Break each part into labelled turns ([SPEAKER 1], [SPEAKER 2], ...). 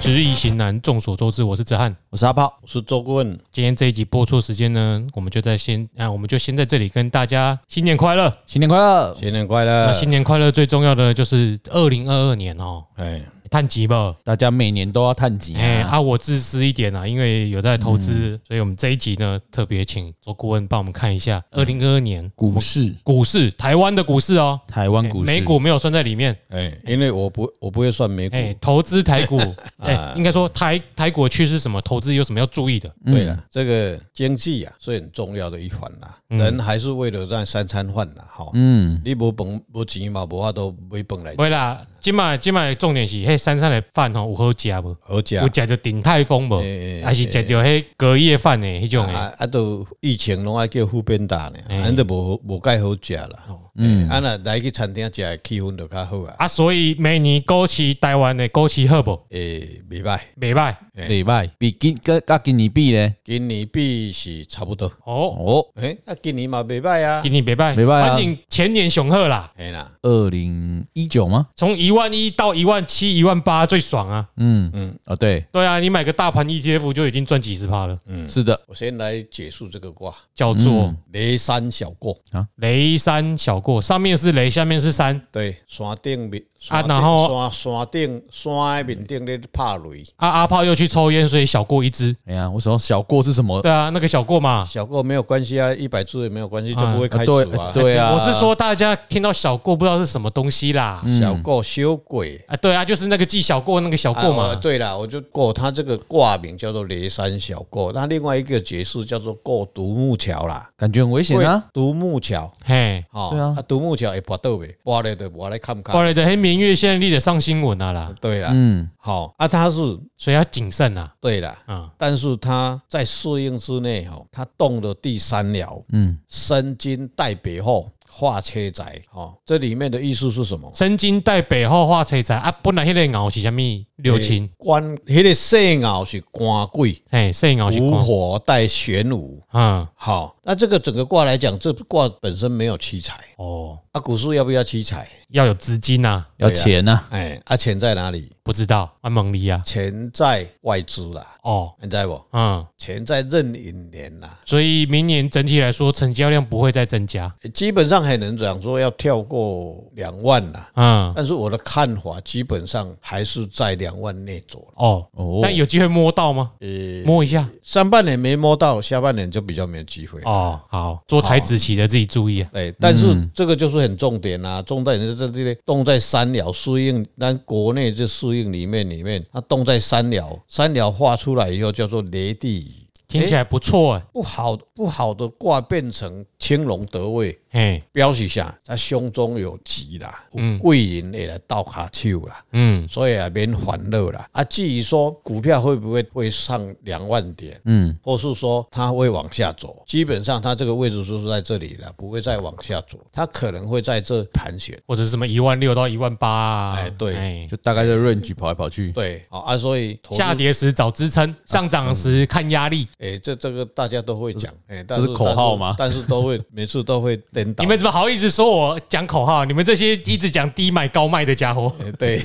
[SPEAKER 1] 知易行难，众所周知，我是哲翰。
[SPEAKER 2] 我是阿炮，
[SPEAKER 3] 我是周顾问，
[SPEAKER 1] 今天这一集播出时间呢，我们就在先啊，我们就先在这里跟大家新年快乐。
[SPEAKER 2] 新年快乐！
[SPEAKER 3] 新年快乐
[SPEAKER 2] 哎
[SPEAKER 1] 那！新年快乐最重要的就是二零二二年哦，
[SPEAKER 3] 哎，
[SPEAKER 1] 探级吧。
[SPEAKER 2] 大家每年都要探集
[SPEAKER 1] 哎、
[SPEAKER 2] 啊，
[SPEAKER 1] 啊，我自私一点啊，因为有在投资，
[SPEAKER 2] 嗯
[SPEAKER 1] 所以我们这一集呢，特别请周顾问帮我们看一下
[SPEAKER 2] 嗯
[SPEAKER 1] 二零二二年
[SPEAKER 2] 股市，
[SPEAKER 1] 股市，台湾的股市哦，
[SPEAKER 2] 台湾股市，
[SPEAKER 1] 美股没有算在里面。
[SPEAKER 3] 哎，因为我不我不会算美股
[SPEAKER 1] 哎、，投资台 股，哎、应该说台台股的趋势是什么？投资有什么要注意的？
[SPEAKER 3] 对了，这个经济啊是很重要的一环啦，
[SPEAKER 1] 嗯
[SPEAKER 3] 人还是为了让三餐饭啦，哈，嗯，你无饭无钱嘛，无法都买饭来
[SPEAKER 1] 喂啦，今麦今麦重点是，嘿，山上的饭吼有好食无？
[SPEAKER 3] 好食
[SPEAKER 2] 啊
[SPEAKER 1] 有。食着鼎泰丰无
[SPEAKER 3] 哎？哎
[SPEAKER 1] 还是食着迄隔夜饭的迄种的？哎
[SPEAKER 3] 啊啊，都疫情拢爱叫副便打呢，安都无无介好食啦。嗯，啊那来去餐厅食，气氛就较好啊。
[SPEAKER 1] 哦啊，所以每年股市台湾的股市好无？
[SPEAKER 3] 诶，袂歹，
[SPEAKER 1] 袂歹
[SPEAKER 2] 礼拜比今跟跟今年比呢？
[SPEAKER 3] 今年比是差不多。
[SPEAKER 1] 哦，
[SPEAKER 2] 哦，
[SPEAKER 3] 诶，啊，今年嘛袂歹啊。
[SPEAKER 1] 今年袂歹，
[SPEAKER 2] 袂歹啊
[SPEAKER 1] 反正前年上好啦，
[SPEAKER 3] 嘿啦，
[SPEAKER 2] 二零一九吗？
[SPEAKER 1] 从一万一到一万七、一万八最爽啊！
[SPEAKER 2] 嗯嗯，哦对，
[SPEAKER 1] 对啊，你买个大盘 ETF 就已经赚几十趴了，
[SPEAKER 2] 是的，
[SPEAKER 3] 我先来解释这个卦
[SPEAKER 1] 叫
[SPEAKER 2] 嗯
[SPEAKER 1] 做
[SPEAKER 3] ——雷山小过。
[SPEAKER 1] 雷山小过，上面是雷，下面是山
[SPEAKER 3] 对，山顶面
[SPEAKER 1] 啊
[SPEAKER 3] 山顶
[SPEAKER 1] 然后
[SPEAKER 3] 山山顶山的面顶咧拍雷，
[SPEAKER 1] 啊。阿炮又去抽烟，所以小过一只。
[SPEAKER 2] 哎呀，我说小过是 什么？
[SPEAKER 1] 对啊，那个小过嘛，
[SPEAKER 3] 小过没有关系啊，一百只也没有关系，就不会
[SPEAKER 2] 啊
[SPEAKER 3] 开除
[SPEAKER 2] 对
[SPEAKER 3] 啊。 嗯
[SPEAKER 2] 对啊，
[SPEAKER 1] 我是说大家听到小过不知道是什么东西啦。
[SPEAKER 3] 小过修鬼
[SPEAKER 1] 啊，对啊，就是那个记小过那个小过
[SPEAKER 3] 啊
[SPEAKER 1] 嘛。
[SPEAKER 3] 对啦，我就过它这个卦名叫做雷山小过，那另外一个解释叫做过独木桥啦，
[SPEAKER 2] 感觉很危险啊，
[SPEAKER 3] 独木桥。
[SPEAKER 1] 嘿，
[SPEAKER 3] 哦，
[SPEAKER 2] 对啊，
[SPEAKER 3] 独木桥会跋倒呗，跋咧就我来看
[SPEAKER 1] 过
[SPEAKER 3] 看。
[SPEAKER 1] 来的黑明月现在立得上新闻啊啦，
[SPEAKER 3] 对啦，
[SPEAKER 2] 嗯，
[SPEAKER 3] 好啊，它是
[SPEAKER 1] 所以要谨慎啊。
[SPEAKER 3] 对啦，
[SPEAKER 1] 啊，
[SPEAKER 3] 但是它在适应之内哦，它动了第三爻，
[SPEAKER 2] 嗯，
[SPEAKER 3] 生金带北后化车宅，哦，这里面的意思是什么？
[SPEAKER 1] 身经带北后化车仔啊，本来迄个熬是啥物六亲，
[SPEAKER 3] 官，迄个肾爻是官贵，
[SPEAKER 1] 嘿，姓哦熬是
[SPEAKER 3] 无
[SPEAKER 1] 光，
[SPEAKER 3] 火带玄武。
[SPEAKER 1] 嗯，
[SPEAKER 3] 好，那这个整个卦来讲，这卦本身没有七财
[SPEAKER 1] 哦，
[SPEAKER 3] 啊，股市要不要七财？
[SPEAKER 1] 要有资金呐，
[SPEAKER 2] 要钱呐，
[SPEAKER 3] 哎，啊，钱在哪里？
[SPEAKER 1] 不知道啊，蒙利啊，
[SPEAKER 3] 钱在外资啦，
[SPEAKER 1] 哦，
[SPEAKER 3] 你知道不？
[SPEAKER 1] 嗯，
[SPEAKER 3] 钱在壬寅年啦，
[SPEAKER 1] 所以明年整体来说成交量不会再增加，
[SPEAKER 3] 基本上很能讲说要跳过两万啦。
[SPEAKER 1] 嗯，
[SPEAKER 3] 但是我的看法基本上还是在两万内左右。
[SPEAKER 1] 哦，
[SPEAKER 2] 哦
[SPEAKER 1] 但有机会摸到吗？
[SPEAKER 3] 呃，
[SPEAKER 1] 摸一下，
[SPEAKER 3] 上半年没摸到，下半年就比较没有机会。
[SPEAKER 1] 哦，好，做台子棋的自己注意啊，
[SPEAKER 3] 对，但是这个就是很重点啦、重点是这这些动在三爻适应，咱国内这适应里面里面，它动在三爻，三爻画出来以后叫做雷地乙，
[SPEAKER 1] 听起来不错哎，
[SPEAKER 3] 不好不好的卦变成青龙得位，
[SPEAKER 1] 嘿，
[SPEAKER 3] 标示下他胸中有吉啦，有贵人会来倒卡手啦，
[SPEAKER 1] 嗯，
[SPEAKER 3] 所以也免烦恼啦。啊，至于说股票会不会会上两万点，
[SPEAKER 2] 嗯，
[SPEAKER 3] 或是说它会往下走，基本上它这个位置就是在这里了，不会再往下走，它可能会在这盘旋。
[SPEAKER 1] 或者是什么一万六到一万八啊，
[SPEAKER 3] 哎对
[SPEAKER 1] 哎
[SPEAKER 2] 就大概在 range 跑来跑去，
[SPEAKER 3] 对，好啊，所以投资
[SPEAKER 1] 下，跌时找支撑，上涨时看压力。
[SPEAKER 3] 哎，这这个大家都会讲，哎，但
[SPEAKER 2] 这是口号吗
[SPEAKER 3] 但是但是都会每次都会颠 倒。
[SPEAKER 1] 你们怎么好意思说我讲口号？你们这些一直讲低买高卖的家伙，
[SPEAKER 3] 哎对，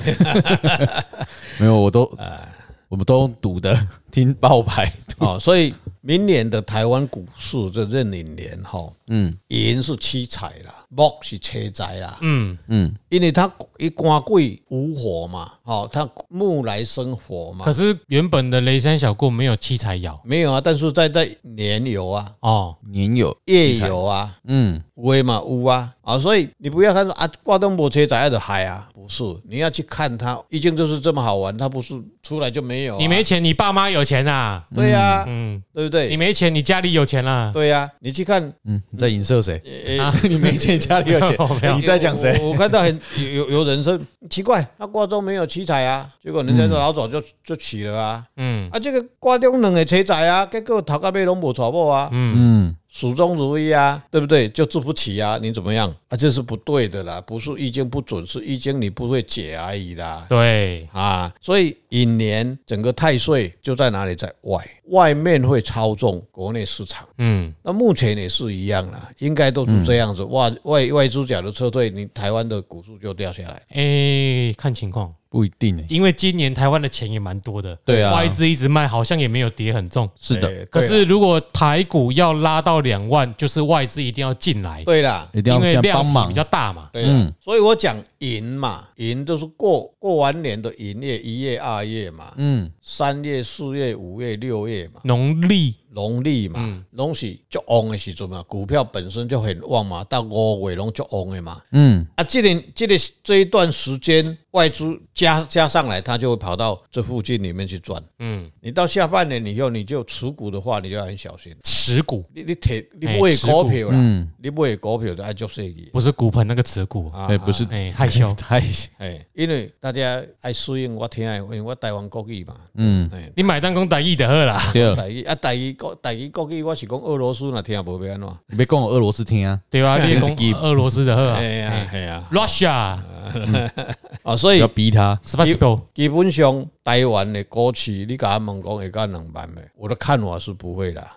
[SPEAKER 2] 没有，我都
[SPEAKER 1] 哎
[SPEAKER 2] 我们都赌的， 听爆牌，
[SPEAKER 3] 哦，所以明年的台湾股市这壬寅年哈，嗯，寅是七财啦，木是车财啦，
[SPEAKER 1] 嗯，
[SPEAKER 3] 因为它一官贵无火嘛，哦，它木来生火嘛
[SPEAKER 1] 可，是原本的雷山小过没有七彩爻
[SPEAKER 3] 没有啊，但是在在年有啊，
[SPEAKER 1] 哦，
[SPEAKER 2] 年有，
[SPEAKER 3] 夜有啊，
[SPEAKER 2] 嗯，
[SPEAKER 3] 威嘛乌啊啊，所以你不要看说啊，挂东博车宅的海啊，不是，你要去看它，易经就是这么好玩，它不是出来就没有啊、
[SPEAKER 1] 哦你没钱，你爸妈有钱啊，
[SPEAKER 3] 对呀、啊，
[SPEAKER 1] 嗯，
[SPEAKER 3] 对不
[SPEAKER 1] 你
[SPEAKER 3] 对？
[SPEAKER 1] 没钱，你家里有钱啦，
[SPEAKER 3] 对呀、啊，你去看
[SPEAKER 2] 嗯，你在影射谁？
[SPEAKER 3] 诶
[SPEAKER 1] 啊
[SPEAKER 2] 你没钱，家里有
[SPEAKER 1] 没有
[SPEAKER 2] 钱，你在讲谁？
[SPEAKER 3] 我我看到很有有有人说奇怪，那卦中没有七彩啊，结果人
[SPEAKER 2] 嗯
[SPEAKER 3] 家老早就就起了啊，
[SPEAKER 1] 嗯
[SPEAKER 3] 啊这个卦中两个七彩啊，结果头壳尾拢无娶某啊，
[SPEAKER 2] 嗯，
[SPEAKER 3] 始终如一啊，对不对？就治不起啊，你怎么样啊？这是不对的啦，不是易经不准，是易经你不会解而已啦。
[SPEAKER 1] 对，
[SPEAKER 3] 啊，所以引年整个太岁就在哪里，在外，外面会操纵国内市场。
[SPEAKER 1] 嗯，
[SPEAKER 3] 那目前也是一样啦，应该都
[SPEAKER 2] 嗯
[SPEAKER 3] 是这样子。外外外资假如撤退，你台湾的股数就掉下来。
[SPEAKER 1] 诶，哎看情况，
[SPEAKER 2] 不一定诶、欸
[SPEAKER 1] 因为今年台湾的钱也蛮多的，
[SPEAKER 2] 对啊
[SPEAKER 1] 外资一直卖，好像也没有跌很重。
[SPEAKER 2] 是的，
[SPEAKER 3] 哎
[SPEAKER 1] 可是如果台股要拉到两万，就是外资一定要进来，
[SPEAKER 3] 对啦，
[SPEAKER 2] 一定
[SPEAKER 1] 因
[SPEAKER 2] 要
[SPEAKER 1] 为
[SPEAKER 2] 这样
[SPEAKER 1] 量
[SPEAKER 2] 帮
[SPEAKER 1] 体
[SPEAKER 2] 忙
[SPEAKER 1] 比。较大嘛。
[SPEAKER 3] 对啦，
[SPEAKER 2] 嗯
[SPEAKER 3] 所以我讲寅嘛，寅就是过过完年的寅月、一月、二月嘛，
[SPEAKER 2] 嗯，
[SPEAKER 3] 三月、四月、五月、六月嘛，
[SPEAKER 1] 农历
[SPEAKER 3] 农历
[SPEAKER 2] 嗯
[SPEAKER 3] 嘛，拢是足旺的时阵嘛，股票本身就很旺嘛，到五月拢足旺的嘛。
[SPEAKER 2] 嗯，
[SPEAKER 3] 啊，这里这里这一段时间外资加加上来，它就会跑到这附近里面去赚。
[SPEAKER 1] 嗯，
[SPEAKER 3] 你到下半年以后，你就持股的话，你就要很小心。
[SPEAKER 1] 持股
[SPEAKER 3] 你你提你
[SPEAKER 1] 哎
[SPEAKER 3] 买
[SPEAKER 1] 持股
[SPEAKER 3] 股票啦，你买股票就爱做生意。
[SPEAKER 1] 不是骨盆那个持股，
[SPEAKER 3] 啊
[SPEAKER 2] 对，不是。
[SPEAKER 1] 哎、害羞
[SPEAKER 2] 太
[SPEAKER 3] 哎，因为大家爱适应我听的，因为我台湾国语嘛，
[SPEAKER 2] 嗯，
[SPEAKER 3] 哎，
[SPEAKER 1] 你买单讲台语就好啦，
[SPEAKER 2] 对，
[SPEAKER 3] 台语啊，台语国台语国语，我是讲俄罗斯那听无要安怎？
[SPEAKER 2] 你别跟我俄罗斯听啊，
[SPEAKER 1] 对吧？你也
[SPEAKER 2] 自己
[SPEAKER 1] 讲俄罗斯的 好啊
[SPEAKER 3] 哎呀哎呀，
[SPEAKER 1] ，Russia
[SPEAKER 3] 啊，
[SPEAKER 1] 哎
[SPEAKER 3] 所
[SPEAKER 2] 不
[SPEAKER 3] 以
[SPEAKER 2] 要逼他。
[SPEAKER 1] s p a c i o
[SPEAKER 3] 基本上台湾的股市，你甲我问讲会到两万的，我的看法是不会啦，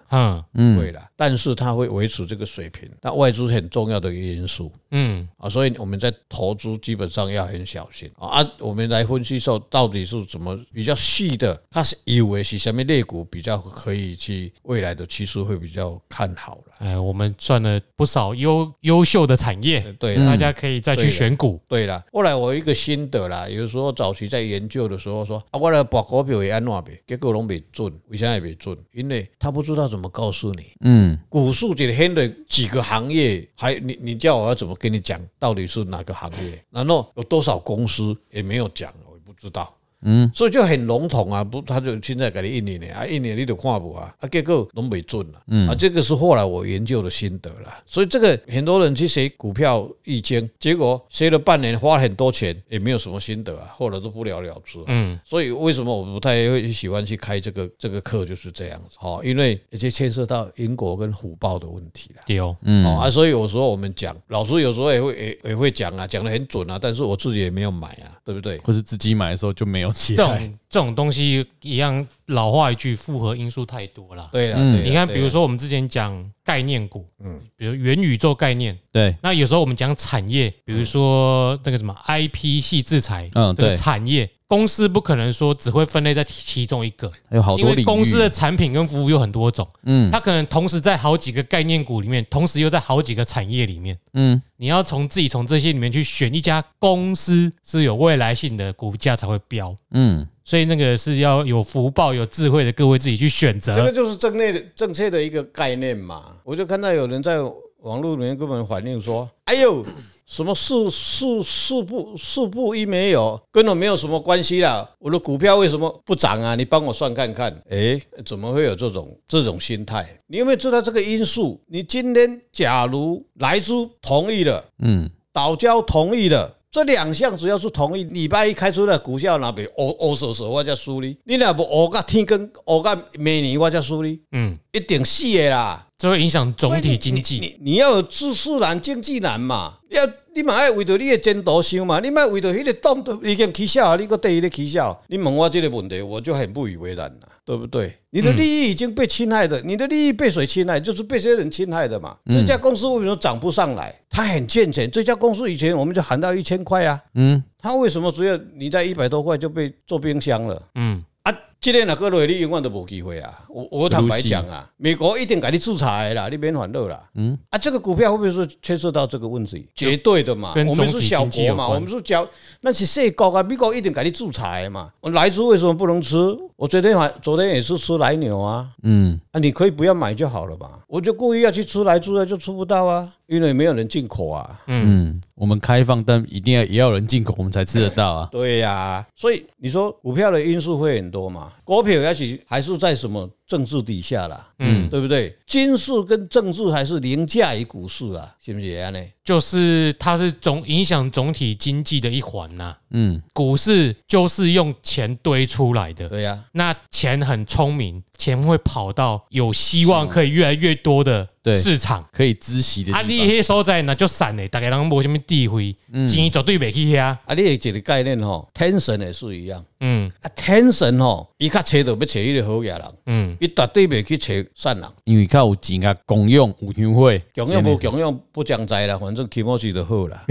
[SPEAKER 1] 嗯
[SPEAKER 3] 不会啦，但是它会维持这个水平，那外资很重要的一个因素。
[SPEAKER 1] 嗯，
[SPEAKER 3] 啊，所以我们在投资基本上要很小心啊。啊我们来分析说，到底是怎么比较细的，它是以为是什么类股比较可以去未来的趋势会比较看好了。
[SPEAKER 1] 哎，我们算了不少优优秀的产业，
[SPEAKER 3] 对
[SPEAKER 2] 嗯
[SPEAKER 3] 啦
[SPEAKER 1] 大家可以再去选股。
[SPEAKER 3] 对啦，后来我有一个心得啦，有时候早期在研究的时候说啊，我来博股票会安怎呗，结果拢没准，为啥也没准？因为他不知道怎么告诉你。
[SPEAKER 2] 嗯，
[SPEAKER 3] 股市这里很的几个行业，还你你叫我要怎么跟你讲，到底是哪个行业？然后有多少公司也没有讲，我也不知道。嗯，所以就很笼统啊，不，他就现在给你一年呢，啊，一年你都看不啊，啊，结果拢没准啊，
[SPEAKER 1] 嗯
[SPEAKER 3] 啊，这个是后来我研究的心得啦。所以这个很多人去学股票易经，结果学了半年，花很多钱，也没有什么心得啊，后来都不了了之、啊。
[SPEAKER 1] 嗯，
[SPEAKER 3] 所以为什么我不太会喜欢去开这个这个课，就是这样子。好，因为而且牵涉到因果跟虎报的问题啦。
[SPEAKER 1] 对哦，
[SPEAKER 3] 嗯、哦、啊，所以有时候我们讲，老师有时候也会也也会讲啊，讲的很准啊，但是我自己也没有买啊，对不对？
[SPEAKER 2] 或是自己买的时候就没有起
[SPEAKER 1] 这
[SPEAKER 2] 来。
[SPEAKER 1] 种这种东西一样，老话一句，复合因素太多了。
[SPEAKER 3] 对啦，
[SPEAKER 2] 嗯
[SPEAKER 3] 对啦
[SPEAKER 1] 你看，
[SPEAKER 3] 对
[SPEAKER 1] 比
[SPEAKER 3] 啦
[SPEAKER 1] 如说我们之前讲概念股，
[SPEAKER 3] 嗯
[SPEAKER 2] 啊
[SPEAKER 1] 嗯，比如元宇宙概念，
[SPEAKER 2] 对，
[SPEAKER 1] 那有时候我们讲产业，比如说那个什么 IP 系制裁，
[SPEAKER 2] 嗯
[SPEAKER 1] 这个
[SPEAKER 2] 对
[SPEAKER 1] 产业公司不可能说只会分类在其中一个，
[SPEAKER 2] 还有好
[SPEAKER 1] 因
[SPEAKER 2] 多领
[SPEAKER 1] 为
[SPEAKER 2] 域。
[SPEAKER 1] 公司的产品跟服务有很多种，
[SPEAKER 2] 嗯
[SPEAKER 1] 它可能同时在好几个概念股里面，同时又在好几个产业里面，
[SPEAKER 2] 嗯，
[SPEAKER 1] 你要从自己从这些里面去选一家公司是有未来性的，股价才会飙。
[SPEAKER 2] 嗯，
[SPEAKER 1] 所以那个是要有福报、有智慧的各位自己去选
[SPEAKER 3] 这个
[SPEAKER 1] 择。
[SPEAKER 3] 就是正内的正确的一个概念嘛。我就看到有人在网络里面跟我们反映说：“哎呦，什么四四四步四步一没有，跟我没有什么关系啦。我的股票为什么不涨啊？你帮我算看看。”诶，怎么会有这种这种心态？你有没有知道这个因素？你今天假如来猪同意了，
[SPEAKER 2] 嗯，
[SPEAKER 3] 岛礁同意了。这两项只要是同意，礼拜一开出的股票那边乌乌索索，我才输你。你若不乌到天光，乌到明年，我才输你。
[SPEAKER 1] 嗯，
[SPEAKER 3] 一定死的啦。
[SPEAKER 1] 这会影响总体经
[SPEAKER 3] 你
[SPEAKER 1] 济。
[SPEAKER 3] 你你要有自私然经济难嘛，你要你嘛要为着你的前途想嘛，你嘛为着迄个洞都已经起痟啊，你个第一个起痟，你问我这个问题，我就很不以为然了，对不对？你的利益已经被侵害
[SPEAKER 1] 嗯
[SPEAKER 3] 的，你的利益被谁侵害？就是被这些人侵害的嘛。这家公司为什么涨不上来？它很健全，这家公司以前我们就喊到一千块啊，嗯，它为什么只有你在一百多块就被做冰箱了？
[SPEAKER 1] 嗯，
[SPEAKER 3] 啊，即个若个落，你永远都无机会啊！我我坦白讲啊，美国一定给你制裁的啦，你免烦恼啦。嗯，啊，这个股票会不会说牵涉到这个问题？绝对的嘛，
[SPEAKER 1] 跟
[SPEAKER 3] 我们是小
[SPEAKER 1] 总体经济
[SPEAKER 3] 国
[SPEAKER 1] 有
[SPEAKER 3] 嘛，
[SPEAKER 1] 关
[SPEAKER 3] 我们是小，那是小国啊。美国一定给你制裁的嘛。我来猪为什么不能吃？我昨天还昨天也是吃来牛啊。
[SPEAKER 2] 嗯，
[SPEAKER 3] 啊，你可以不要买就好了吧？我就故意要去吃来猪啊，就吃不到啊，因为没有人进口啊。
[SPEAKER 2] 嗯，我们开放，但一定要也要有人进口，我们才吃得到啊。
[SPEAKER 3] 对呀、所以你说股票的因素会很多嘛？股票也许还是在什么政治底下啦，嗯，对不对？军事跟政治还是凌驾于股市啊，是不是这样呢？
[SPEAKER 1] 就是它是总影响总体经济的一环呐、嗯，股市就是用钱堆出来的，
[SPEAKER 3] 对呀、
[SPEAKER 1] 那钱很聪明，钱会跑到有希望可以越来越多的
[SPEAKER 2] 对
[SPEAKER 1] 市场。
[SPEAKER 2] 可以知悉的地
[SPEAKER 1] 啊，
[SPEAKER 2] 方。
[SPEAKER 1] 你迄所在那就散嘞，大家人无什么地位，钱绝对袂去遐。
[SPEAKER 3] 啊，你有一个概念吼，tension 也是一样
[SPEAKER 1] 嗯
[SPEAKER 3] 啊，tension 吼，伊较找到要找迄个好野人，
[SPEAKER 1] 嗯，
[SPEAKER 3] 伊绝对袂去找善人，
[SPEAKER 2] 因为较有钱啊，公用有优惠，
[SPEAKER 3] 强用无强用不讲在啦，反正起码是就好啦，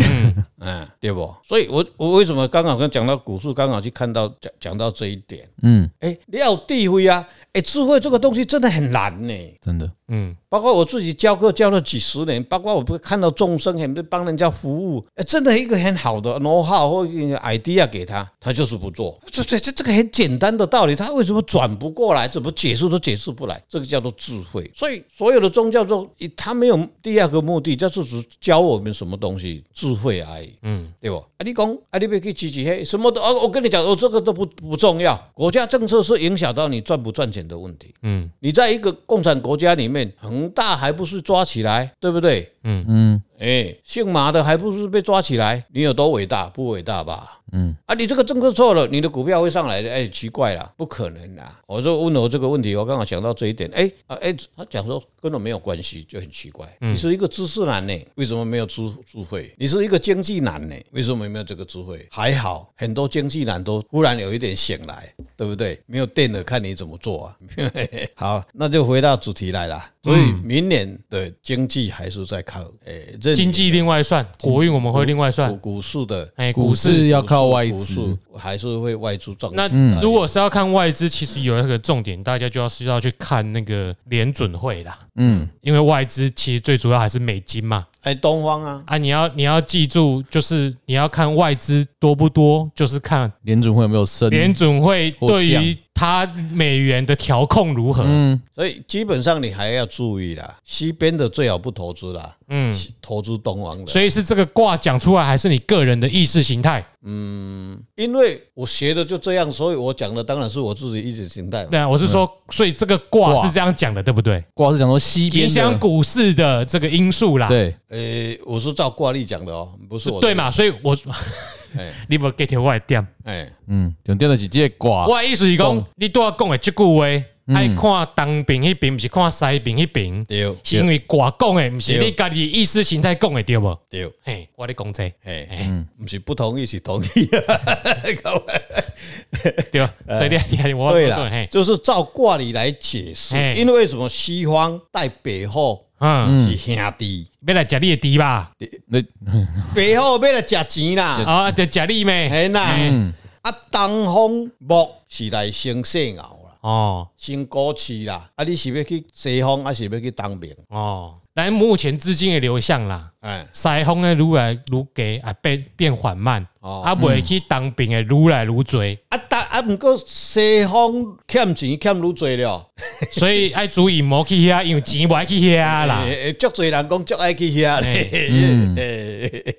[SPEAKER 3] 嗯，对不？所以我我为什么刚好跟讲到股市，刚好去看到讲讲到这一点，
[SPEAKER 2] 嗯，
[SPEAKER 3] 哎、你要有智慧啊，哎、智慧这个东西真的很难呢、
[SPEAKER 2] 真的，
[SPEAKER 1] 嗯，
[SPEAKER 3] 包括我自己教课教了几十年，包括我不看到众生，也不帮人家服务，哎，真的一个很好的 know how 或一个 idea 给他，他就是不做。这这这这个很简单的道理，他为什么转不过来？怎么解释都解释不来？这个叫做智慧。所以所有的宗教都，他没有第二个目的，就是只教我们什么东西，智慧而已。对不？啊，你讲啊，你别去支持黑什么都哦，我跟你讲，哦，这个都不不重要。国家政策是影响到你赚不赚钱的问题。
[SPEAKER 1] 嗯，
[SPEAKER 3] 你在一个共产国家里面，恒大还不是抓起来，对不对？
[SPEAKER 1] 嗯
[SPEAKER 3] 嗯，哎、姓马的还不是被抓起来？你有多伟大？不伟大吧？嗯，啊，你这个政策错了，你的股票会上来的？哎、奇怪啦，不可能啦！我说问我这个问题，我刚好想到这一点，哎、啊哎、他讲说跟我没有关系，就很奇怪。
[SPEAKER 1] 嗯
[SPEAKER 3] 你是一个知识男呢，为什么没有智智慧？你是一个经济男呢，为什么没有这个智慧？还好，很多经济男都忽然有一点醒来，对不对？没有电了，看你怎么做啊！ 好，那就回到主题来啦。所以
[SPEAKER 1] 嗯
[SPEAKER 3] 明年的经济还是在靠诶、任
[SPEAKER 1] 经济另外算，国运我们会另外
[SPEAKER 3] 股
[SPEAKER 1] 算。
[SPEAKER 3] 股市的
[SPEAKER 1] 哎，股
[SPEAKER 2] 股
[SPEAKER 1] 市
[SPEAKER 2] 市要靠
[SPEAKER 3] 股市
[SPEAKER 2] 外
[SPEAKER 3] 股市
[SPEAKER 2] 资，嗯
[SPEAKER 3] 还是会外资赚。
[SPEAKER 1] 那如果是要看外资，其实有一个重点，大家就要需要去看那个联准会啦。嗯，因为外资其实最主要还是美金嘛。
[SPEAKER 3] 哎，东方啊，
[SPEAKER 1] 啊，你要你要记住，就是你要看外资多不多，就是看
[SPEAKER 2] 联准会有没有升？
[SPEAKER 1] 联准会
[SPEAKER 2] 或
[SPEAKER 1] 对
[SPEAKER 2] 降
[SPEAKER 1] 于它美元的调控如何。
[SPEAKER 3] 所以基本上你还要注意啦，西边的最好不投资啦，嗯，投资东方的。
[SPEAKER 1] 所以是这个卦讲出来，还是你个人的意识形态？
[SPEAKER 3] 因为我学的就这样，所以我讲的当然是我自己意识形态嘛。
[SPEAKER 1] 对啊，我是说，所以这个卦是这样讲的，对不对？
[SPEAKER 2] 挂是讲说西
[SPEAKER 1] 影
[SPEAKER 2] 边的
[SPEAKER 1] 响股市的这个因素啦，
[SPEAKER 2] 对，
[SPEAKER 3] 呃，我是照挂历讲的哦，不是我的
[SPEAKER 1] 对？嘛？所以我
[SPEAKER 3] 哎
[SPEAKER 1] 你不 get 我的点，
[SPEAKER 3] 哎，
[SPEAKER 2] 嗯，就掉了几届挂，
[SPEAKER 1] 我的意思是讲
[SPEAKER 2] 讲，
[SPEAKER 1] 你对我讲的这句话，
[SPEAKER 3] 嗯
[SPEAKER 1] 爱看东边那边，不是看西边那边，
[SPEAKER 3] 对
[SPEAKER 1] 是因为卦讲的，不是
[SPEAKER 3] 对
[SPEAKER 1] 你家己的意识形态讲的，对不？
[SPEAKER 3] 对，
[SPEAKER 1] 嘿，我咧讲这
[SPEAKER 3] 哎，
[SPEAKER 2] 嗯
[SPEAKER 3] 不是不同意，是同意 啊。搞歪
[SPEAKER 1] 对吧，所以你你看我
[SPEAKER 3] 呃对
[SPEAKER 1] 我讲
[SPEAKER 3] 啦
[SPEAKER 1] 嘿，，
[SPEAKER 3] 就是照挂理来解释
[SPEAKER 1] 嘿，
[SPEAKER 3] 因为什么西方带北后
[SPEAKER 1] 嗯，
[SPEAKER 3] 是兄弟，
[SPEAKER 1] 要来吃你的猪吧？
[SPEAKER 2] 那
[SPEAKER 3] 北后要来吃钱啦，
[SPEAKER 1] 啊，就吃你咩？
[SPEAKER 3] 嘿啦，啊东方木是来生细牛啦，
[SPEAKER 1] 哦
[SPEAKER 3] 生股市啦，啊你是要去西方，还是要去东边？
[SPEAKER 1] 哦，咱目前资金的流向啦。
[SPEAKER 3] 哎，
[SPEAKER 1] 西风的愈来愈低啊，变变缓慢，
[SPEAKER 3] 哦
[SPEAKER 1] 啊，袂去当兵的愈来愈 多，
[SPEAKER 3] 啊但啊毋过西方欠钱欠愈多了，
[SPEAKER 1] 所以爱注意莫去遐，因为钱无爱去遐啊啦。
[SPEAKER 3] 诶诶足多人讲足爱去遐咧，诶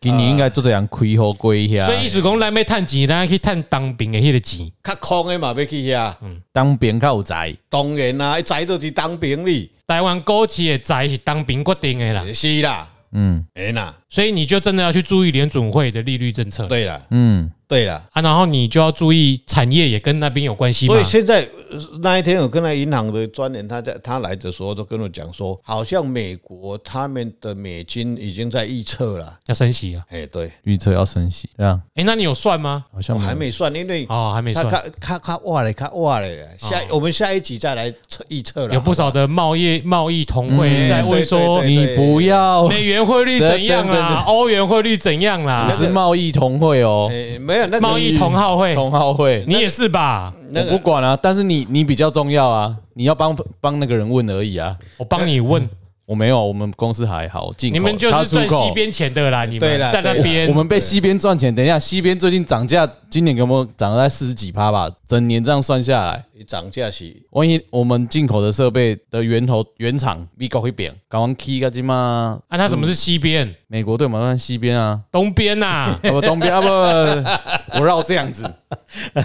[SPEAKER 2] 今年应该就这样亏好归下
[SPEAKER 3] 啊
[SPEAKER 1] 啊所，以意思讲，咱要趁钱，咱要去趁当兵的迄个钱。
[SPEAKER 3] 较空的嘛要去遐，
[SPEAKER 2] 当边较有财，
[SPEAKER 3] 当然啦，仔都是当兵哩，
[SPEAKER 1] 台湾股市的财是当兵决定的啦，
[SPEAKER 3] 是啦，
[SPEAKER 2] 嗯
[SPEAKER 3] 哎啦，
[SPEAKER 1] 所以你就真的要去注意联准会的利率政策
[SPEAKER 3] 对啦，
[SPEAKER 2] 嗯，
[SPEAKER 3] 对啦。
[SPEAKER 1] 啊，然后你就要注意产业也跟那边有关系嘛
[SPEAKER 3] 所以。现在呃那一天，我跟那银行的专员，他在他来的时候，都跟我讲说，好像美国他们的美金已经在预测了。
[SPEAKER 1] 要升息啊！
[SPEAKER 3] 哎，对，
[SPEAKER 2] 预测要升息，这样
[SPEAKER 1] 哎、那你有算吗？
[SPEAKER 2] 好
[SPEAKER 3] 我
[SPEAKER 2] 像
[SPEAKER 3] 还没算，因为
[SPEAKER 1] 哦，还没
[SPEAKER 3] 他
[SPEAKER 1] 算。
[SPEAKER 3] 他他他哇嘞，他哇嘞，下我们下一集再来测预测了。
[SPEAKER 1] 有不少的贸易贸易同会在问说，
[SPEAKER 3] 嗯对
[SPEAKER 2] 你不要，
[SPEAKER 1] 美元汇率怎样
[SPEAKER 2] 对对对
[SPEAKER 1] 啦？欧元汇率怎样啦
[SPEAKER 2] 不？是贸易同会哦，
[SPEAKER 3] 哎，没有那个
[SPEAKER 1] 贸易同好会，
[SPEAKER 2] 同好会，
[SPEAKER 1] 你也是吧？
[SPEAKER 2] 我不管啊，但是你你比较重要啊，你要帮帮那个人问而已啊，
[SPEAKER 1] 我帮你
[SPEAKER 3] 嗯
[SPEAKER 1] 问，
[SPEAKER 2] 我没有，我们公司还好，进口
[SPEAKER 1] 你们就
[SPEAKER 2] 他
[SPEAKER 1] 是
[SPEAKER 2] 出
[SPEAKER 1] 赚
[SPEAKER 2] 口
[SPEAKER 1] 西边钱的啦，你
[SPEAKER 3] 对
[SPEAKER 1] 们
[SPEAKER 3] 啦
[SPEAKER 1] 在那边
[SPEAKER 2] 我们被西边赚钱。等一下，西边最近涨价，今年有没有涨了在四十几趴吧？整年这样算下来，
[SPEAKER 3] 涨价是
[SPEAKER 2] 万一我们进口的设备的源头原厂美国会变，搞完 K 个鸡嘛，
[SPEAKER 1] 啊，他什么是西边？
[SPEAKER 2] 美国对我们算西边啊，？
[SPEAKER 1] 东边呐
[SPEAKER 2] 啊不东边啊不不不，我绕这样子，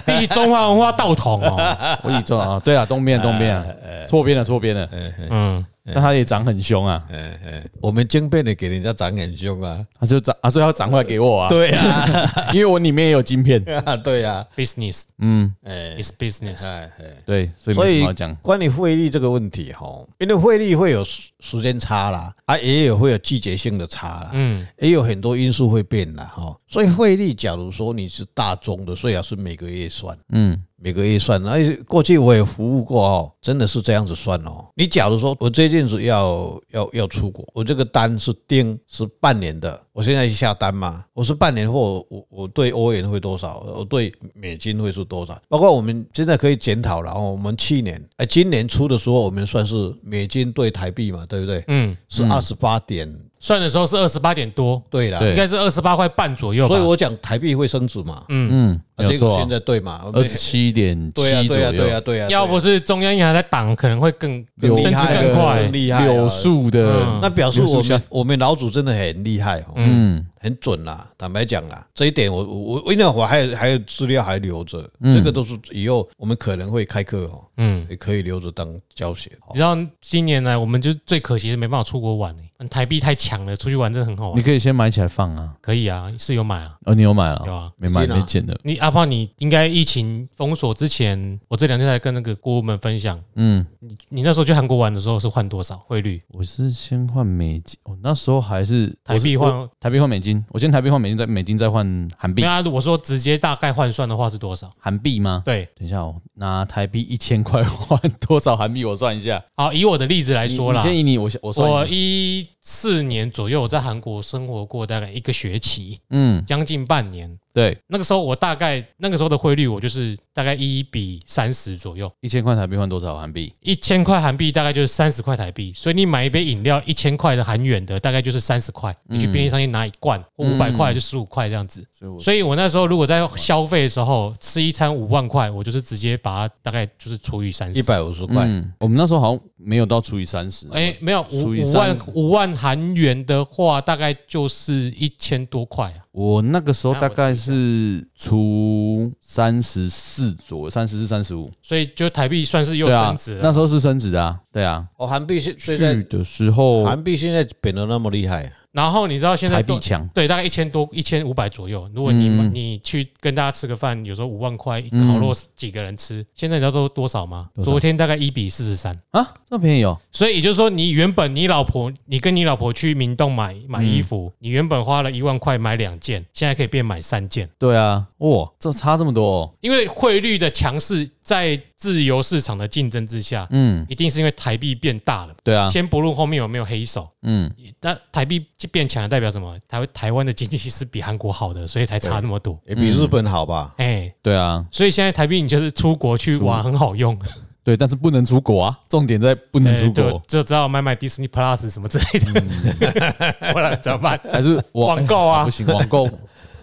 [SPEAKER 1] 比起中华文化道统哦，
[SPEAKER 2] 我以做啊，对啊， 东
[SPEAKER 3] 哎
[SPEAKER 2] 边东边啊，错边了错边了，
[SPEAKER 1] 嗯，
[SPEAKER 2] 但他也长很凶啊，
[SPEAKER 3] 哎哎，我们经变的给人家长很凶啊，
[SPEAKER 2] 他就长，啊，所以要长回来给我啊，
[SPEAKER 3] 对啊，
[SPEAKER 2] 因为我里面也有晶片，
[SPEAKER 3] 对啊，
[SPEAKER 1] business
[SPEAKER 2] 嗯，
[SPEAKER 3] 哎
[SPEAKER 1] is business，
[SPEAKER 3] 哎哎，
[SPEAKER 2] 对，所以
[SPEAKER 3] 所
[SPEAKER 2] 没什
[SPEAKER 3] 以
[SPEAKER 2] 么好讲，
[SPEAKER 3] 关于汇率这个问题哈，因为汇率会有时时间差啦，啊，也有会有季节性的差啦，
[SPEAKER 1] 嗯，
[SPEAKER 3] 也有很多因素会变啦哈。所以汇率，假如说你是大宗的，最好是每个月算。
[SPEAKER 2] 嗯
[SPEAKER 3] 每个月算，而且过去我也服务过哦，真的是这样子算哦。你假如说我这阵子要要要出国，我这个单是定是半年的，我现在下单嘛，我是半年后，我我对欧元会多少，我对美金会是多少，包括我们现在可以检讨了哦。我们去年哎，今年初的时候，我们算是美金对台币嘛，对不对？
[SPEAKER 1] 嗯，
[SPEAKER 3] 是二十八点，
[SPEAKER 1] 算的时候是二十八点多，
[SPEAKER 3] 对啦。
[SPEAKER 2] 对
[SPEAKER 1] 应该是二十八块半左右吧。
[SPEAKER 3] 所以我讲台币会升值嘛，嗯，
[SPEAKER 2] 嗯，没
[SPEAKER 3] 结
[SPEAKER 2] 有错
[SPEAKER 3] 果
[SPEAKER 2] 啊
[SPEAKER 3] 现，在对嘛，
[SPEAKER 2] 二十七点
[SPEAKER 3] 对呀
[SPEAKER 2] 七左
[SPEAKER 3] 对呀啊对呀
[SPEAKER 2] 右，
[SPEAKER 3] 对呀，
[SPEAKER 1] 要不是中央银行在挡，可能会更
[SPEAKER 2] 有
[SPEAKER 1] 升值
[SPEAKER 3] 害
[SPEAKER 1] 更
[SPEAKER 3] 的
[SPEAKER 1] 快
[SPEAKER 3] 更。厉害啊
[SPEAKER 2] 柳树的
[SPEAKER 1] 嗯
[SPEAKER 3] 那表示
[SPEAKER 2] 柳树
[SPEAKER 3] 我
[SPEAKER 2] 下
[SPEAKER 3] 们我们老祖真的很厉害哦，
[SPEAKER 2] 嗯
[SPEAKER 3] 很准啦。坦白讲啦，这一点我我我因为我还有还有资料还留着，
[SPEAKER 2] 嗯
[SPEAKER 3] 这个都是以后我们可能会开课哦，
[SPEAKER 1] 嗯，
[SPEAKER 3] 也可以留着当教学。哦
[SPEAKER 1] 你知道今年来我们就最可惜是没办法出国玩欸台币太强了，出去玩真的很好
[SPEAKER 2] 你
[SPEAKER 1] 玩。
[SPEAKER 2] 可以先买起来放啊。
[SPEAKER 1] 可以啊，是有买啊。
[SPEAKER 2] 哦，你有买了？
[SPEAKER 1] 有啊
[SPEAKER 2] 没买
[SPEAKER 3] 已经啊
[SPEAKER 2] 没捡的。
[SPEAKER 1] 你阿炮，你应该疫情封锁之前，我这两天才跟那个顾问们分享，
[SPEAKER 2] 嗯，
[SPEAKER 1] 你那时候去韩国玩的时候是换多少汇率？
[SPEAKER 2] 我是先换美金，我那时候还是
[SPEAKER 1] 台币
[SPEAKER 2] 我是
[SPEAKER 1] 换
[SPEAKER 2] 我台币换美金，我先台币换美金，再美金再换韩币
[SPEAKER 1] 没有，啊，我说直接大概换算的话是多少？
[SPEAKER 2] 韩币吗？
[SPEAKER 1] 对，
[SPEAKER 2] 等一下哦，拿台币一千块换多少韩币？我算一下。
[SPEAKER 1] 好，以我的例子来
[SPEAKER 2] 你
[SPEAKER 1] 说啦
[SPEAKER 2] 你，先以你，我先我算
[SPEAKER 1] 我
[SPEAKER 2] 一下
[SPEAKER 1] 一四年左右在韩国生活过大概一个学期，
[SPEAKER 2] 嗯，
[SPEAKER 1] 将近半年。
[SPEAKER 2] 对，
[SPEAKER 1] 那个时候我大概那个时候的汇率，我就是大概一比三十左右，
[SPEAKER 2] 一千块台币换多少韩币？
[SPEAKER 1] 一千块韩币大概就是三十块台币，所以你买一杯饮料一千块的韩元的大概就是三十块，你去便利商店拿一罐或五百块就十五块这样子。
[SPEAKER 2] 嗯所以我
[SPEAKER 1] 所以我那时候如果在消费的时候吃一餐五万块，我就是直接把它大概就是除以三
[SPEAKER 3] 一
[SPEAKER 1] 十。
[SPEAKER 3] 百五十块，
[SPEAKER 2] 嗯，我们那时候好像没有到除以三十。
[SPEAKER 1] 哎，没有五
[SPEAKER 2] 除以
[SPEAKER 1] 五万
[SPEAKER 2] 30
[SPEAKER 1] 五万韩元的话，大概就是一千多块啊。
[SPEAKER 2] 我那个时候
[SPEAKER 1] 那
[SPEAKER 2] 大
[SPEAKER 1] 我
[SPEAKER 2] 概是除三十四左右，三十四、三十五。
[SPEAKER 1] 所以就台币算是又
[SPEAKER 2] 对啊
[SPEAKER 1] 升值，了。
[SPEAKER 2] 那时候是升值的啊，对啊。
[SPEAKER 3] 哦，韩币现
[SPEAKER 2] 去
[SPEAKER 3] 现在
[SPEAKER 2] 的时候
[SPEAKER 3] 韩币现在贬得那么厉害，
[SPEAKER 1] 然后你知道现在
[SPEAKER 2] 台
[SPEAKER 1] 都
[SPEAKER 2] 币强，
[SPEAKER 1] 对，大概一千多、一千五百左右。如果你、
[SPEAKER 2] 嗯
[SPEAKER 1] 你去跟大家吃个饭，有时候五万块
[SPEAKER 2] 嗯
[SPEAKER 1] 烤肉几个人吃，现在你知道都多少吗？
[SPEAKER 2] 多少
[SPEAKER 1] 昨天大概一比四十三。
[SPEAKER 2] 啊，这么便宜哦，
[SPEAKER 1] 所以也就是说，你原本你老婆，你跟你老婆去明洞买买衣
[SPEAKER 2] 嗯
[SPEAKER 1] 服，你原本花了一万块买两件，现在可以变买三件，
[SPEAKER 2] 对啊，哇，这差这么多、哦，
[SPEAKER 1] 因为汇率的强势在自由市场的竞争之下，
[SPEAKER 2] 嗯，
[SPEAKER 1] 一定是因为台币变大了。
[SPEAKER 2] 对啊，
[SPEAKER 1] 先不论后面有没有黑手，
[SPEAKER 2] 嗯，
[SPEAKER 1] 那台币变强代表什么？台台湾的经济是比韩国好的，所以才差那么多。
[SPEAKER 3] 也比日本好吧？
[SPEAKER 1] 哎、
[SPEAKER 2] 对啊，
[SPEAKER 1] 所以现在台币你就是出国去玩很好 用，哎
[SPEAKER 2] 对，但是不能出国啊，重点在不能出
[SPEAKER 1] 就
[SPEAKER 2] 国，
[SPEAKER 1] 就只好买买 Disney Plus 什么之类的， 不然怎么 办？
[SPEAKER 2] 还是网
[SPEAKER 1] 网购啊
[SPEAKER 2] 嗯不行，网购。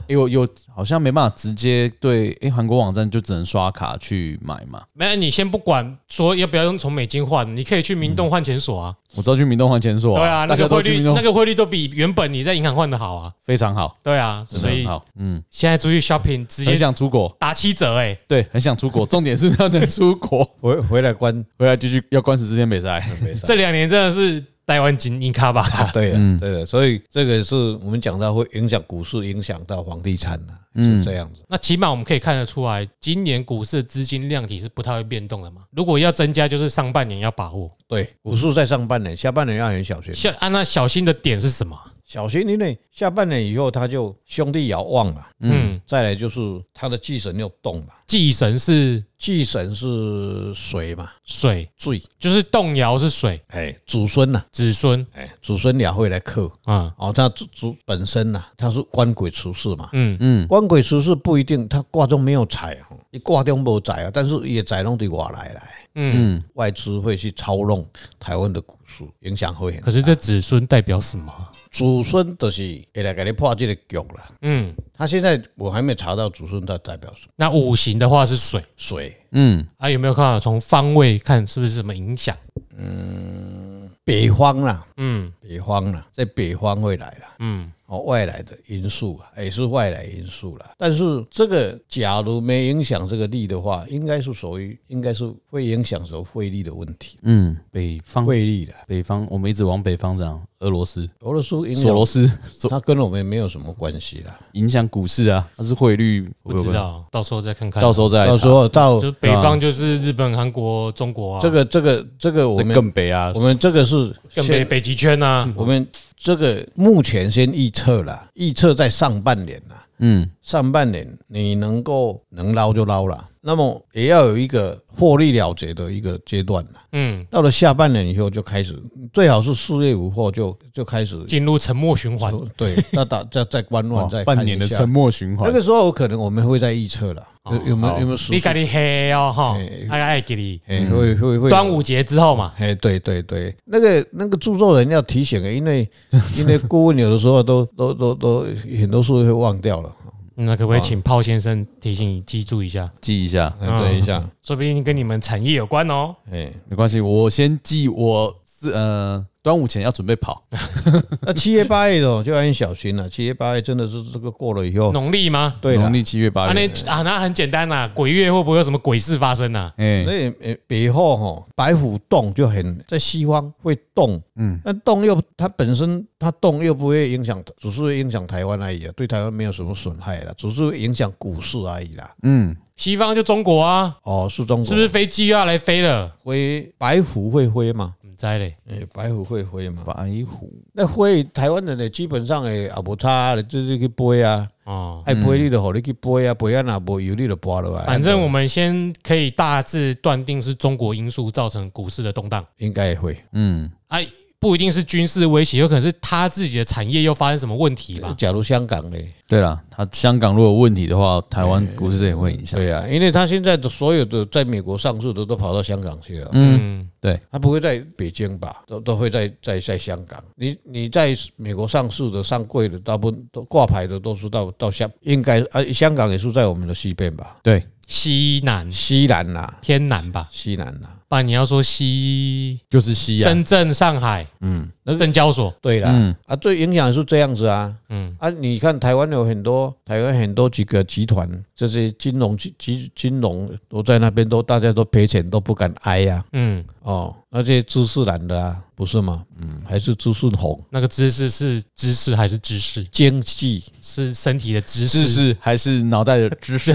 [SPEAKER 2] 有有，好像没办法直接对，因为韩国网站就只能刷卡去买嘛。
[SPEAKER 1] 没有，你先不管说要不要用从美金换，你可以去明洞换钱所啊。
[SPEAKER 2] 我知道去明洞换钱所、
[SPEAKER 1] 对啊，那
[SPEAKER 2] 嗯大家
[SPEAKER 1] 个
[SPEAKER 2] 都
[SPEAKER 1] 汇
[SPEAKER 2] 去
[SPEAKER 1] 率
[SPEAKER 2] 明洞
[SPEAKER 1] 那个汇率都比原本你在银行换的好啊。
[SPEAKER 2] 非常好，
[SPEAKER 1] 对啊，
[SPEAKER 2] 真
[SPEAKER 1] 所
[SPEAKER 2] 的很
[SPEAKER 1] 以
[SPEAKER 2] 好，嗯，
[SPEAKER 1] 现在出去 shopping 直
[SPEAKER 2] 很
[SPEAKER 1] 接
[SPEAKER 2] 想出国，
[SPEAKER 1] 打七折哎、
[SPEAKER 2] 对，很想 出国，重点是要能出国，
[SPEAKER 3] 回回来关，
[SPEAKER 2] 回来继续要关十四天比赛，
[SPEAKER 1] 这两年真的是台湾精英 咖吧？
[SPEAKER 3] 对
[SPEAKER 2] 嗯
[SPEAKER 3] 的，对的，啊所以这个是我们讲到会影响股市，影响到房地产呐，
[SPEAKER 2] 嗯
[SPEAKER 3] 是这样子。
[SPEAKER 1] 那起码我们可以看得出来，今年股市的资金量体是不太会变动的嘛。如果要增加，就是上半年要把握。
[SPEAKER 3] 对，股市在上半年，下半年要很小心。
[SPEAKER 1] 小啊，那小心的点是什么？
[SPEAKER 3] 小型因为下半年以后，他就兄弟遥望嘛，
[SPEAKER 1] 嗯，
[SPEAKER 3] 再来就是他的忌神要动嘛，
[SPEAKER 1] 忌神是
[SPEAKER 3] 忌神是水嘛，
[SPEAKER 1] 水，
[SPEAKER 3] 罪，
[SPEAKER 1] 就是动摇是水，
[SPEAKER 3] 哎，祖孙呐、
[SPEAKER 1] 子孙
[SPEAKER 3] 哎，祖孙俩会来克
[SPEAKER 1] 啊，
[SPEAKER 3] 哦，他祖祖本身呐、他是官鬼出世嘛，
[SPEAKER 1] 嗯，
[SPEAKER 2] 嗯
[SPEAKER 3] 官鬼出世不一定，他卦中没有财啊，你卦中没有财啊，但是也财拢对外来来，
[SPEAKER 2] 嗯，
[SPEAKER 3] 外资会去操弄台湾的股市，影响会很大。
[SPEAKER 1] 可是这子孙代表什么？
[SPEAKER 3] 祖孙就是会来给你破这个局了。
[SPEAKER 1] 嗯，
[SPEAKER 3] 他现在我还没查到祖孙他代表什么
[SPEAKER 1] 那五行的话是水
[SPEAKER 3] 水。
[SPEAKER 2] 嗯，
[SPEAKER 1] 啊，有没有看到从方位看是不是什么影响？
[SPEAKER 3] 北方啦，
[SPEAKER 1] 嗯，
[SPEAKER 3] 北方了、在北方会来了。
[SPEAKER 1] 嗯，
[SPEAKER 3] 哦，外来的因素啊，也是外来因素了。但是这个假如没影响这个利的话，应该是属于应该是会影响什么汇率的问题，
[SPEAKER 2] 嗯，北方
[SPEAKER 3] 汇率的。
[SPEAKER 2] 北方，我们一直往北方讲，俄罗斯、
[SPEAKER 3] 俄罗斯影
[SPEAKER 2] 索
[SPEAKER 3] 响
[SPEAKER 2] 罗斯索
[SPEAKER 3] 它跟我们没有什么关系啦。
[SPEAKER 2] 影响股市啊，它是汇率，
[SPEAKER 1] 不知，道，到时候再看看。
[SPEAKER 2] 到时候再来
[SPEAKER 3] 到
[SPEAKER 2] 查
[SPEAKER 3] 时候到
[SPEAKER 1] 就北方就是日本、韩国、中国啊，
[SPEAKER 3] 哦啊这个这个这个我
[SPEAKER 2] 再
[SPEAKER 3] 们
[SPEAKER 2] 更北啊
[SPEAKER 3] 我，们这个是
[SPEAKER 1] 更北
[SPEAKER 3] 现嗯
[SPEAKER 1] 北极圈啊，
[SPEAKER 3] 我们这个目前先预测了，预测在上半年啦。
[SPEAKER 2] 嗯，
[SPEAKER 3] 上半年你能够能捞就捞了，那么也要有一个获利了结的一个阶段了。
[SPEAKER 1] 嗯，
[SPEAKER 3] 到了下半年以后就开始，最好是四月五后就就开始，
[SPEAKER 1] 进入沉默循环。
[SPEAKER 3] 对，那打再再观
[SPEAKER 1] 哦
[SPEAKER 3] 望，
[SPEAKER 2] 哇
[SPEAKER 3] 再看一
[SPEAKER 2] 半年的
[SPEAKER 3] 下
[SPEAKER 2] 沉默循环
[SPEAKER 3] 那，个时候可能我们会在预测了，有有没有有没有实
[SPEAKER 1] 你
[SPEAKER 3] 数
[SPEAKER 1] 赶？紧黑哦哈
[SPEAKER 3] 哎，
[SPEAKER 1] 爱爱给你。
[SPEAKER 3] 哎，会会会。
[SPEAKER 1] 端午节之后嘛，
[SPEAKER 3] 哎，对对对，那个那个著作人要提醒的，因 为因为顾问有的时候都都都都很多事会忘掉了，
[SPEAKER 1] 那可不可以
[SPEAKER 3] 啊
[SPEAKER 1] 请炮先生提醒你记住一下？
[SPEAKER 2] 记嗯一下，
[SPEAKER 3] 哎对一下，
[SPEAKER 1] 说不定跟你们产业有关哦。
[SPEAKER 3] 哎，
[SPEAKER 2] 没关系，我先记我是呃端午前要准备跑，
[SPEAKER 3] 那七月八月的就要很小心了。七月八月真的是这个过了以后，
[SPEAKER 1] 农历吗？
[SPEAKER 3] 哦对了
[SPEAKER 2] 农，历七月
[SPEAKER 1] 啊，
[SPEAKER 2] 八
[SPEAKER 1] 那
[SPEAKER 2] 月，
[SPEAKER 1] 啊，那很简单啦，鬼月会不会有什么鬼事发生啊？
[SPEAKER 2] 哎
[SPEAKER 3] 所，以呃北后哈白虎动就很在西方会动，嗯，但动又它本身它动又不会影响，只是会影响台湾而已啊，对台湾没有什么损害啦，只是会影响股市而已啦。
[SPEAKER 2] 嗯，
[SPEAKER 1] 西方就中国啊，
[SPEAKER 3] 哦，是中国
[SPEAKER 1] 是不是飞机又要来飞了？
[SPEAKER 3] 灰白虎会灰嘛？
[SPEAKER 1] 唔知嘞，
[SPEAKER 3] 诶，白虎会灰嘛？
[SPEAKER 2] 白虎，
[SPEAKER 3] 那灰台湾人呢，基本上诶也无差，你就是去飞啊，
[SPEAKER 1] 哦，
[SPEAKER 3] 爱飞你就互你去飞啊，飞啊若无油你就拔落来。
[SPEAKER 1] 反正我们先可以大致断定是中国因素造成股市的动荡，
[SPEAKER 3] 应该也会
[SPEAKER 2] 嗯，
[SPEAKER 1] 哎，不一定是军事威胁，有可能是他自己的产业又发生什么问题吧？
[SPEAKER 3] 假如香港呢？
[SPEAKER 2] 对了，它香港如果有问题的话，台湾股市这也会影响，
[SPEAKER 3] 对呀、啊，因为他现在的所有的在美国上市的都跑到香港去了，
[SPEAKER 1] 嗯，
[SPEAKER 2] 对，
[SPEAKER 3] 他不会在北京吧？都都会在在在香港。你你在美国上市的、上柜的，大部分都挂牌的都是到到香，应该啊，香港也是在我们的西边吧？
[SPEAKER 2] 对，
[SPEAKER 1] 西南、
[SPEAKER 3] 西南呐、
[SPEAKER 1] 天南吧，
[SPEAKER 3] 西南呐、
[SPEAKER 1] 不然你要说西
[SPEAKER 2] 就是西亚，
[SPEAKER 1] 深圳、上海、
[SPEAKER 3] 嗯，那个
[SPEAKER 1] 证交所，
[SPEAKER 3] 对啦，
[SPEAKER 2] 嗯
[SPEAKER 3] 啊，最影响是这样子啊。
[SPEAKER 1] 嗯，
[SPEAKER 3] 啊，你看台湾有很多台湾很多几个集团，这些金融集集金融都在那边都大家都赔钱都不敢挨呀、
[SPEAKER 1] 嗯，
[SPEAKER 3] 哦，那这些知识蓝的啊，不是吗？嗯，还是知识红
[SPEAKER 1] 那个姿势是姿势还是知识？
[SPEAKER 3] 经济
[SPEAKER 1] 是身体的姿
[SPEAKER 2] 知
[SPEAKER 1] 势。
[SPEAKER 2] 识还是脑袋的知识，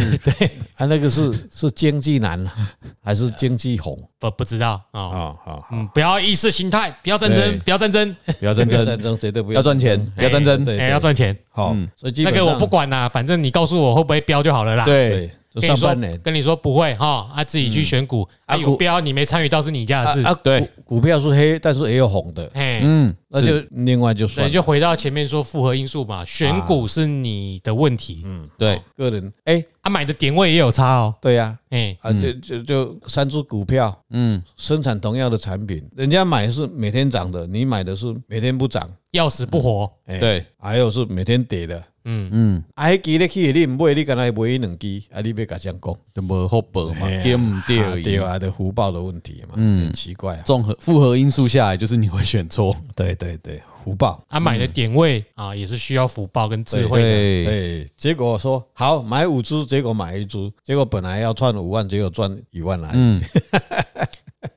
[SPEAKER 3] 啊，那个是 是经济蓝啊还是经济红
[SPEAKER 1] 不不知道啊、
[SPEAKER 3] 啊？好，
[SPEAKER 1] 嗯，不要意识形态，不要战
[SPEAKER 3] 对
[SPEAKER 1] 争，不要战争，
[SPEAKER 2] 不要
[SPEAKER 3] 不
[SPEAKER 2] 认
[SPEAKER 3] 要
[SPEAKER 2] 真
[SPEAKER 3] 战，争绝对不
[SPEAKER 2] 要赚钱，不要战争，
[SPEAKER 3] 对
[SPEAKER 1] 哎、要赚钱，
[SPEAKER 3] 好
[SPEAKER 2] 嗯，
[SPEAKER 3] 所以基
[SPEAKER 1] 那
[SPEAKER 3] 本
[SPEAKER 1] 个
[SPEAKER 3] 上
[SPEAKER 1] 我不管啦，反正你告诉我会不会标就好了啦。，
[SPEAKER 2] 对
[SPEAKER 3] 对，，这
[SPEAKER 1] 跟你
[SPEAKER 3] 上
[SPEAKER 1] 说
[SPEAKER 3] 半年
[SPEAKER 1] 跟你说不会哈，啊自己去选股，啊
[SPEAKER 3] 啊
[SPEAKER 1] 有
[SPEAKER 3] 股
[SPEAKER 1] 标你没参与到是你家的事，
[SPEAKER 3] 啊，
[SPEAKER 2] 对
[SPEAKER 3] 股股票是黑，但是也有红的，
[SPEAKER 1] 哎、
[SPEAKER 2] 嗯，
[SPEAKER 3] 那
[SPEAKER 2] 是
[SPEAKER 3] 就另外就
[SPEAKER 1] 所
[SPEAKER 3] 算
[SPEAKER 1] 以
[SPEAKER 3] 了
[SPEAKER 1] 就回到前面说复合因素嘛，选股是你的问题，
[SPEAKER 2] 对，
[SPEAKER 3] 个人哎，
[SPEAKER 1] 啊买的点位也有差哦，
[SPEAKER 3] 对呀，
[SPEAKER 1] 哎、
[SPEAKER 3] 啊，就就就三只股票
[SPEAKER 2] 嗯，
[SPEAKER 3] 生产同样的产品，人家买是每天涨的，你买的是每天不涨，
[SPEAKER 1] 要死不活，
[SPEAKER 3] 哎，
[SPEAKER 2] 对，
[SPEAKER 3] 还有是每天跌的。
[SPEAKER 1] 嗯，
[SPEAKER 2] 嗯，
[SPEAKER 3] 啊，迄支咧去的你毋买，你敢若买迄两支，啊，你要甲谁讲？
[SPEAKER 2] 就无后本嘛
[SPEAKER 3] 哎，呀
[SPEAKER 2] 跌唔跌
[SPEAKER 3] 啊
[SPEAKER 2] 而
[SPEAKER 3] 对
[SPEAKER 2] 已。
[SPEAKER 3] 啊，的福报的问题嘛，
[SPEAKER 2] 嗯
[SPEAKER 3] 嗯，奇怪啊，
[SPEAKER 2] 综合复合因素下来，就是你会选错，
[SPEAKER 3] 对对对，福报。
[SPEAKER 1] 啊买的点位啊也是需要福报跟智慧的，
[SPEAKER 2] 对，
[SPEAKER 3] 哎，结果说好买五只，结果买一只，结果本来要赚五万，结果赚一万来，
[SPEAKER 2] 嗯，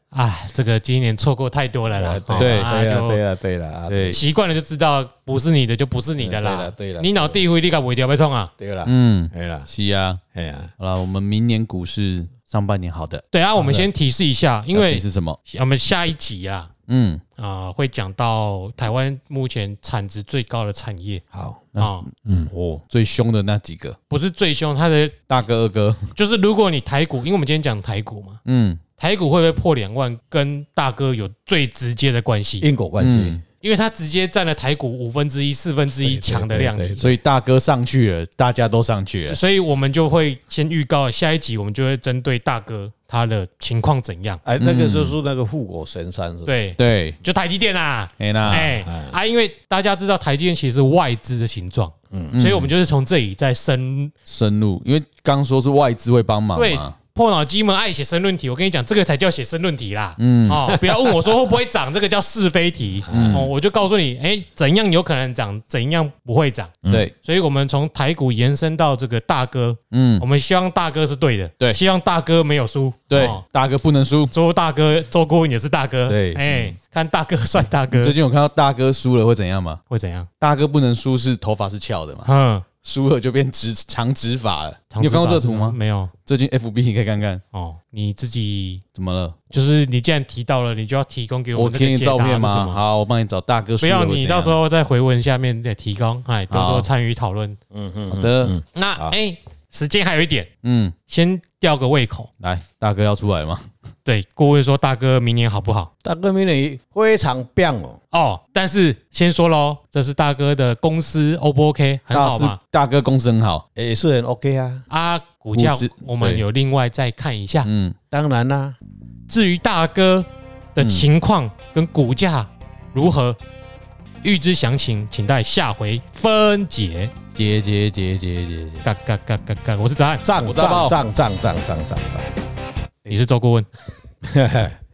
[SPEAKER 1] 啊这个今年错过太多了啦，
[SPEAKER 3] 啊
[SPEAKER 2] 对
[SPEAKER 1] 哦 啊
[SPEAKER 3] 对啊
[SPEAKER 1] 就
[SPEAKER 3] 对啊对啦，
[SPEAKER 2] 对，
[SPEAKER 1] 习惯了就知道不是你的就不是你的
[SPEAKER 3] 对
[SPEAKER 1] 啦
[SPEAKER 3] 啦。对啦
[SPEAKER 1] 你脑地灰你敢尾掉被痛啊？
[SPEAKER 3] 对啦，
[SPEAKER 2] 嗯，
[SPEAKER 3] 哎啦，
[SPEAKER 2] 是啊，
[SPEAKER 3] 哎呀，
[SPEAKER 2] 好了，我们明年股市上半年好的，
[SPEAKER 1] 对啊，我们先提示一下，因
[SPEAKER 2] 到底
[SPEAKER 1] 为
[SPEAKER 2] 是什么？
[SPEAKER 1] 我们下一集啊
[SPEAKER 2] 嗯，
[SPEAKER 1] 啊、会讲到台湾目前产值最高的产业
[SPEAKER 3] 好，
[SPEAKER 1] 啊、
[SPEAKER 2] 哦，最凶的那几个，
[SPEAKER 1] 不是最凶，它的
[SPEAKER 2] 大哥二哥，
[SPEAKER 1] 就是如果你台股，因为我们今天讲台股嘛，
[SPEAKER 2] 嗯，
[SPEAKER 1] 台股会不会破两万，跟大哥有最直接的关系，
[SPEAKER 3] 因果关系
[SPEAKER 2] 嗯，
[SPEAKER 1] 因为它直接占了台股五分之一、四分之一强的量
[SPEAKER 3] 对
[SPEAKER 1] 级
[SPEAKER 3] 对。
[SPEAKER 2] 所以大哥上去了，大家都上去了，
[SPEAKER 1] 所以我们就会先预告下一集，我们就会针对大哥他的情况怎样。
[SPEAKER 3] 哎，那个就是那个护国神山是吧？
[SPEAKER 1] 对，
[SPEAKER 2] 对，
[SPEAKER 1] 就台积电啊，
[SPEAKER 2] 哎那，
[SPEAKER 1] 哎啊，因为大家知道台积电其实是外资的形状，嗯，所以我们就是从这里再深
[SPEAKER 2] 深入，因为刚说是外资会帮忙
[SPEAKER 1] 对
[SPEAKER 2] 嘛，
[SPEAKER 1] 破脑机们爱写申论题，我跟你讲，这个才叫写申论题啦。嗯，哦，不要问我说会不会涨，这个叫是非题。
[SPEAKER 2] 嗯
[SPEAKER 1] 哦，我就告诉你，哎，怎样有可能涨，怎样不会涨。
[SPEAKER 2] 对，
[SPEAKER 1] 所以我们从台股延伸到这个大哥，
[SPEAKER 2] 嗯
[SPEAKER 1] 嗯，我们希望大哥是对的，
[SPEAKER 2] 对
[SPEAKER 1] 希望大哥没有输，
[SPEAKER 2] 对
[SPEAKER 1] 哦，
[SPEAKER 2] 大哥不能输。
[SPEAKER 1] 周大哥，周郭文也是大哥，
[SPEAKER 2] 对嗯
[SPEAKER 1] 哎，看大哥算大哥
[SPEAKER 2] 最近有看到大哥输了会怎样吗？
[SPEAKER 1] 会怎 样？
[SPEAKER 2] 大哥不能输是头发是翘的嘛，
[SPEAKER 1] 嗯，
[SPEAKER 2] 输了就变直长直发了。
[SPEAKER 1] 长
[SPEAKER 2] 你有看过
[SPEAKER 1] 直发
[SPEAKER 2] 这图
[SPEAKER 1] 是什么
[SPEAKER 2] 吗？
[SPEAKER 1] 没有
[SPEAKER 2] 最近 FB 你可以看看，
[SPEAKER 1] 哦，你自己
[SPEAKER 2] 怎么了？
[SPEAKER 1] 就是你既然提到了，你就要提供给我
[SPEAKER 2] 我
[SPEAKER 1] 们那个
[SPEAKER 2] 给你
[SPEAKER 1] 解答
[SPEAKER 2] 照片
[SPEAKER 1] 是什
[SPEAKER 2] 吗？
[SPEAKER 1] 么？
[SPEAKER 2] 好，我帮你找大哥
[SPEAKER 1] 不
[SPEAKER 2] 输
[SPEAKER 1] 要
[SPEAKER 2] 了会怎样。
[SPEAKER 1] 你到时候再回文下面的提供，哎，多
[SPEAKER 2] 好
[SPEAKER 1] 多参与讨论。
[SPEAKER 3] 嗯嗯
[SPEAKER 2] 好的，
[SPEAKER 1] 那哎，时间还有一点，
[SPEAKER 2] 嗯，
[SPEAKER 1] 先吊个胃口。
[SPEAKER 2] 来，大哥要出来吗？
[SPEAKER 1] 对，顾问说大哥明年好不好？
[SPEAKER 3] 大哥明年非常棒哦，
[SPEAKER 1] 哦，但是先说喽，这是大哥的公司 O 不 OK 很
[SPEAKER 2] 大
[SPEAKER 1] 好
[SPEAKER 2] 是
[SPEAKER 1] 嘛？
[SPEAKER 2] 大哥公司很好，
[SPEAKER 3] 也是很 OK 啊。
[SPEAKER 1] 啊，股价
[SPEAKER 2] 股市
[SPEAKER 1] 我们
[SPEAKER 2] 对
[SPEAKER 1] 有另外再看一下。
[SPEAKER 2] 嗯，
[SPEAKER 3] 当然啦、
[SPEAKER 1] 至于大哥的情况跟股价如何，预知详情，请待下回分解。
[SPEAKER 2] 接接接接接接，
[SPEAKER 1] 嘎嘎嘎嘎嘎，
[SPEAKER 2] 哎
[SPEAKER 1] 我是子安，
[SPEAKER 3] 涨
[SPEAKER 2] 我知道
[SPEAKER 3] 涨涨涨涨涨涨。
[SPEAKER 1] 你是周顾问。